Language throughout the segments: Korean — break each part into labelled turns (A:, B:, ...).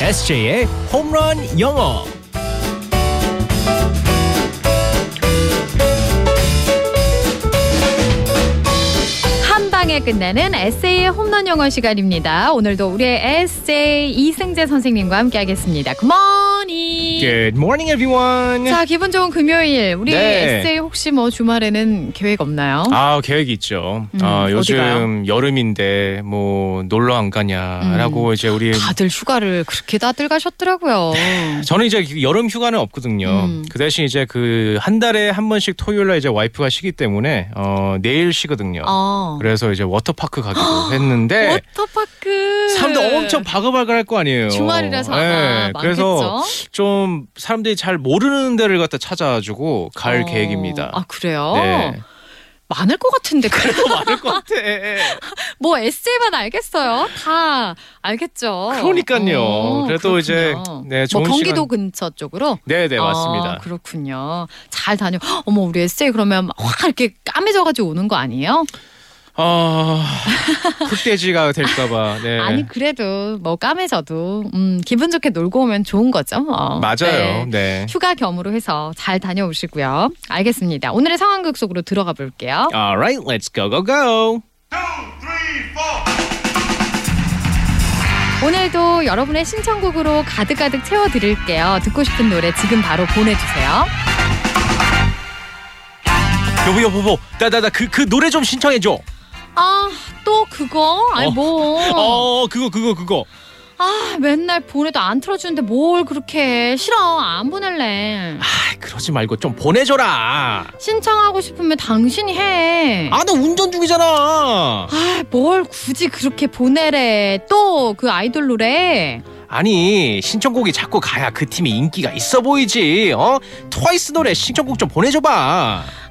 A: SJ의 홈런 영어.
B: 한 방에 끝내는 에세이의 홈런 영어 시간입니다. 오늘도 우리의 에세이 이승재 선생님과 함께하겠습니다. 굿모닝.
C: 예.
A: Good morning, everyone.
B: 자, 기분 좋은 금요일. 우리
A: 네.
B: 에세이 혹시 뭐 주말에는 계획 없나요?
C: 아 계획이 있죠.
B: 음,
C: 아, 요즘
B: 어디가요?
C: 여름인데 뭐 놀러 안 가냐라고 이제 우리
B: 음. 아, 다들 휴가를 그렇게 다들 가셨더라고요.
C: 저는 이제 여름 휴가는 없거든요.
B: 음.
C: 그 대신 이제 그 한 달에 한 번씩 토요일 날 이제 와이프가 쉬기 때문에 어 내일 쉬거든요.
B: 어.
C: 그래서 이제 워터파크 가기로 했는데
B: 워터파크.
C: 사람들 엄청 바글바글 할거 아니에요.
B: 주말이라서
C: 예,
B: 아마 많겠죠.
C: 그래서 좀 사람들이 잘 모르는 데를 갖다 찾아주고 갈
B: 어.
C: 계획입니다.
B: 아 그래요?
C: 네.
B: 많을 것 같은데 그래도
C: 많을 것 같아.
B: 뭐 에세이만 알겠어요? 다 알겠죠.
C: 그러니까요.
B: 어,
C: 그래도 이제, 네, 좋은
B: 뭐 경기도
C: 시간-
B: 근처 쪽으로.
C: 네네
B: 아,
C: 맞습니다.
B: 그렇군요. 잘 다녀. 헉, 어머 우리 에세이 그러면 확 이렇게 까매져가지고 오는 거 아니에요?
C: 아 흑돼지가 될까봐. 네.
B: 아니 그래도 뭐 까매져도 음, 기분 좋게 놀고 오면 좋은 거죠. 뭐.
C: 맞아요.
B: 네.
C: 네.
B: 휴가 겸으로 해서 잘 다녀오시고요. 알겠습니다. 오늘의 상황극 속으로 들어가 볼게요.
C: All right, let's go go go.
B: 오늘도 여러분의 신청곡으로 가득가득 채워드릴게요. 듣고 싶은 노래 지금 바로 보내주세요.
C: 여보 여보 여보 나나나 그 그 노래 좀 신청해 줘.
B: 아, 또 그거? 아니,
C: 어.
B: 뭐.
C: 어 그거 그거 그거.
B: 아, 맨날 보내도 안 틀어주는데 뭘 그렇게 해. 싫어. 안 보낼래.
C: 아 그러지 말고 좀 보내줘라.
B: 신청하고 싶으면 당신이 해.
C: 아 나 운전 중이잖아.
B: 아, 뭘 굳이 그렇게 보내래. 또 그 아이돌 노래.
C: 아니 신청곡이 자꾸 가야 그 팀이 인기가 있어 보이지. 어 트와이스 노래 신청곡 좀 보내줘봐.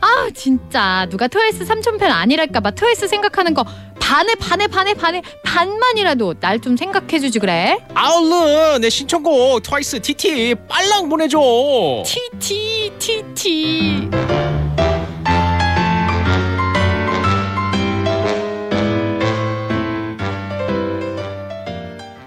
B: 아, 진짜. 누가 트와이스 삼촌팬 아니랄까봐 트와이스 생각하는 거 반에 반에 반에 반에 반만이라도 날 좀 생각해주지 그래.
C: 아울른 내 신청곡 트와이스 TT 빨랑 보내줘.
B: 티티티티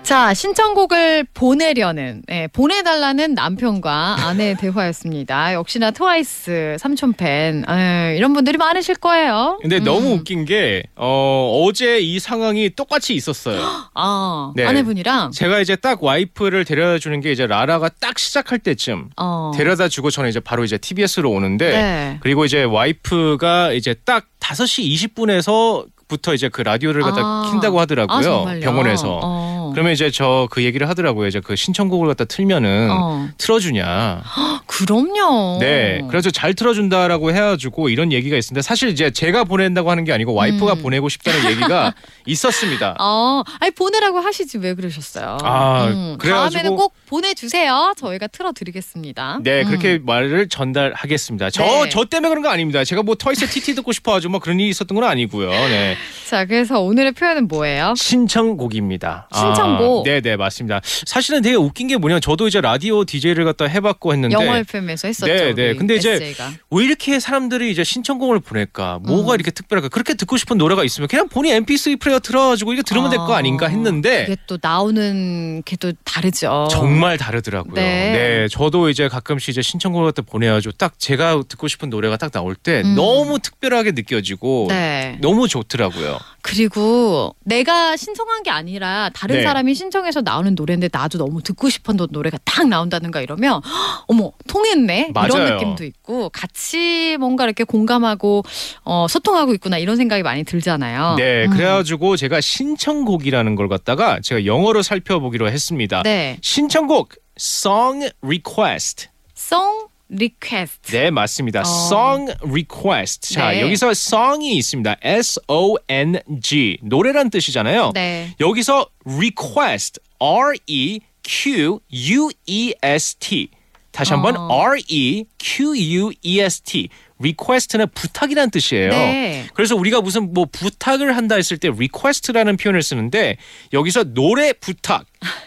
B: 자 신청곡을 보내려는 예, 보내달라는 남편과 아내의 대화였습니다. 역시나 트와이스 삼촌 팬 예, 이런 분들이 많으실 거예요.
C: 근데
B: 음.
C: 너무 웃긴 게 어, 어제 이 상황이 똑같이 있었어요.
B: 아,
C: 네.
B: 아내분이랑
C: 제가 이제 딱 와이프를 데려다 주는 게 이제 라라가 딱 시작할 때쯤
B: 어.
C: 데려다 주고 저는 이제 바로 이제 TBS로 오는데
B: 네.
C: 그리고 이제 와이프가 이제 딱 5시 20분에서 부터 이제 그 라디오를 갖다
B: 아.
C: 킨다고 하더라고요.
B: 아, 정말요?
C: 병원에서.
B: 어.
C: 그러면 이제 저 그 얘기를 하더라고요. 이제 그 신청곡을 갖다 틀면은
B: 어.
C: 틀어주냐.
B: 그럼요.
C: 네. 그래서 잘 틀어준다라고 해가지고 이런 얘기가 있었는데 사실 이제 제가 보낸다고 하는 게 아니고 와이프가
B: 음.
C: 보내고 싶다는 얘기가 있었습니다.
B: 어, 아니 보내라고 하시지 왜 그러셨어요?
C: 아, 그래가지고-
B: 다음에는 꼭 보내주세요. 저희가 틀어드리겠습니다.
C: 네,
B: 음.
C: 그렇게 말을 전달하겠습니다. 저,
B: 네.
C: 저 때문에 그런 거 아닙니다. 제가 뭐 트와이스 TT 듣고 싶어가지고 뭐 그런 일이 있었던 건 아니고요. 네.
B: 자, 그래서 오늘의 표현은 뭐예요?
C: 신청곡입니다. 아,
B: 신청곡.
C: 네네, 맞습니다. 사실은 되게 웃긴 게 뭐냐면 저도 이제 라디오 DJ를 갖다 해봤고 했는데.
B: 영어 FM에서 했었죠.
C: 네, 네.
B: 우리
C: 근데 이제
B: 에세이가.
C: 왜 이렇게 사람들이 이제 신청곡을 보낼까? 뭐가
B: 음.
C: 이렇게 특별할까? 그렇게 듣고 싶은 노래가 있으면 그냥 본인 MP3 플레이어 틀어가지고 이게 들으면 될 거
B: 아,
C: 아닌가 했는데.
B: 그게 또 나오는 게 또 다르죠.
C: 정말 다르더라고요.
B: 어. 네.
C: 네. 저도 이제 가끔씩 이제 신청곡을 갖다 보내가지고 딱 제가 듣고 싶은 노래가 딱 나올 때
B: 음.
C: 너무 특별하게 느껴지고
B: 네.
C: 너무 좋더라고요.
B: 그리고 내가 신청한 게 아니라 다른
C: 네.
B: 사람이 신청해서 나오는 노래인데 나도 너무 듣고 싶었던 노래가 딱 나온다는가 이러면 헉, 어머 통했네 이런
C: 맞아요.
B: 느낌도 있고 같이 뭔가 이렇게 공감하고 어, 소통하고 있구나 이런 생각이 많이 들잖아요.
C: 네,
B: 음.
C: 그래가지고 제가 신청곡이라는 걸 갖다가 제가 영어로 살펴보기로 했습니다.
B: 네,
C: 신청곡 song request.
B: song request.
C: 네, 맞습니다.
B: 어.
C: song request. 자,
B: 네.
C: 여기서 song이 있습니다. S O N G 노래란 뜻이잖아요.
B: 네.
C: 여기서 request R E Q U E S T 다시 한번
B: 어.
C: R E Q U E S T request는 부탁이라는 뜻이에요.
B: 네.
C: 그래서 우리가 무슨 뭐 부탁을 한다 했을 때 request라는 표현을 쓰는데 여기서 노래 부탁.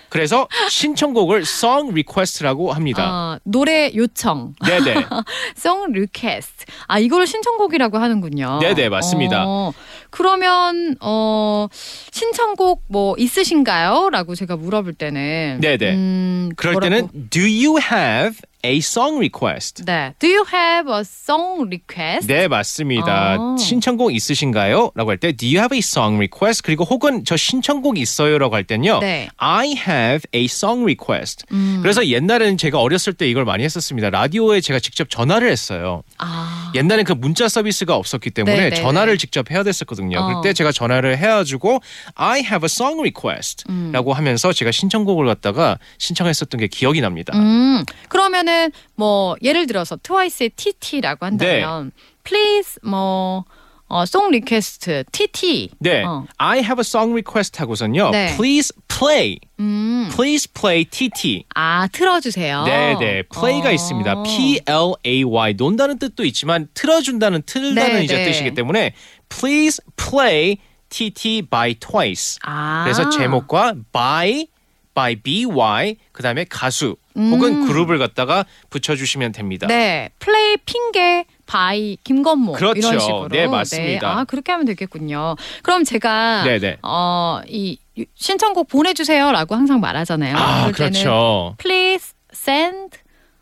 C: 그래서 신청곡을 song request라고 합니다.
B: 어, 노래 요청,
C: 네네.
B: song request. 아 이거를 신청곡이라고 하는군요.
C: 네네, 맞습니다.
B: 어, 그러면 어, 신청곡 뭐 있으신가요?라고 제가 물어볼 때는
C: 네네.
B: 음,
C: 그럴
B: 뭐라고?
C: 때는 do you have a song request?
B: 네. Do you have a song request?
C: 네 맞습니다.
B: 아.
C: 신청곡 있으신가요? 라고 할 때 Do you have a song request? 그리고 혹은 저 신청곡 있어요 라고 할 땐요
B: 네.
C: I have a song request
B: 음.
C: 그래서 옛날에는 제가 어렸을 때 이걸 많이 했었습니다. 라디오에 제가 직접 전화를 했어요.
B: 아.
C: 옛날엔 그 문자 서비스가 없었기 때문에
B: 네, 네,
C: 전화를
B: 네.
C: 직접 해야 됐었거든요.
B: 어.
C: 그때 제가 전화를 해가지고 I have a song request
B: 음.
C: 라고 하면서 제가 신청곡을 갖다가 신청했었던 게 기억이 납니다.
B: 음. 그러면은 뭐 예를 들어서 트와이스의
C: 네.
B: TT라고 한다면 please 뭐 어, song request TT.
C: 네,
B: 어.
C: I have a song request 하고선요.
B: 네.
C: Please play,
B: 음.
C: please play TT.
B: 아, 틀어 주세요.
C: 네, 네,
B: 아. 어.
C: play가 있습니다. P L A Y 논다는 뜻도 있지만 틀어준다는 틀다는
B: 네,
C: 이제
B: 네.
C: 뜻이기 때문에 please play TT by Twice.
B: 아.
C: 그래서 제목과 by by by 그다음에 가수 혹은 그룹을 갖다가 붙여주시면 됩니다.
B: 네. 플레이 핑계 바이 김건모
C: 그렇죠.
B: 이런 식으로.
C: 네, 맞습니다.
B: 네, 아, 그렇게 하면 되겠군요. 그럼 제가
C: 네네.
B: 어, 이 신청곡 보내 주세요라고 항상 말하잖아요.
C: 아
B: 그럴 때는
C: 그렇죠.
B: please send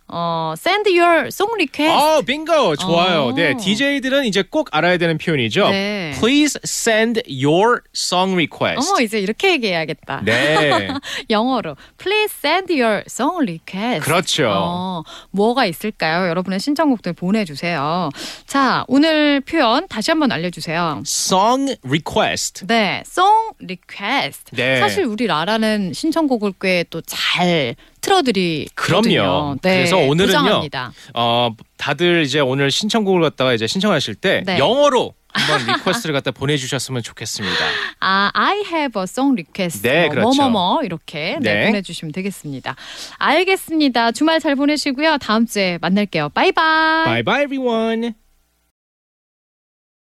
B: 어 send your song request.
C: 어, 빙고 좋아요.
B: 네. 어.
C: 네, DJ들은 이제 꼭 알아야 되는 표현이죠.
B: 네.
C: Please send your song request.
B: 어머 이제 이렇게 얘기해야겠다.
C: 네,
B: 영어로 please send your song request.
C: 그렇죠.
B: 어, 뭐가 있을까요? 여러분의 신청곡들 보내주세요. 자, 오늘 표현 다시 한번 알려주세요.
C: song request.
B: 네, song request.
C: 네.
B: 사실 우리 라라는 신청곡을 꽤 또 잘 틀어드리.
C: 그럼요. 그래서 오늘은요.
B: 보장합니다.
C: 어, 다들 이제 오늘 신청곡을 갖다가 이제 신청하실 때
B: 네.
C: 영어로 한번 리퀘스트를 갖다 보내주셨으면 좋겠습니다.
B: 아, I have a song request.
C: 네,
B: 뭐,
C: 그렇죠.
B: 뭐뭐뭐 이렇게 네,
C: 네.
B: 보내주시면 되겠습니다. 알겠습니다. 주말 잘 보내시고요. 다음 주에 만날게요. 바이바이. 아.
C: Bye bye everyone.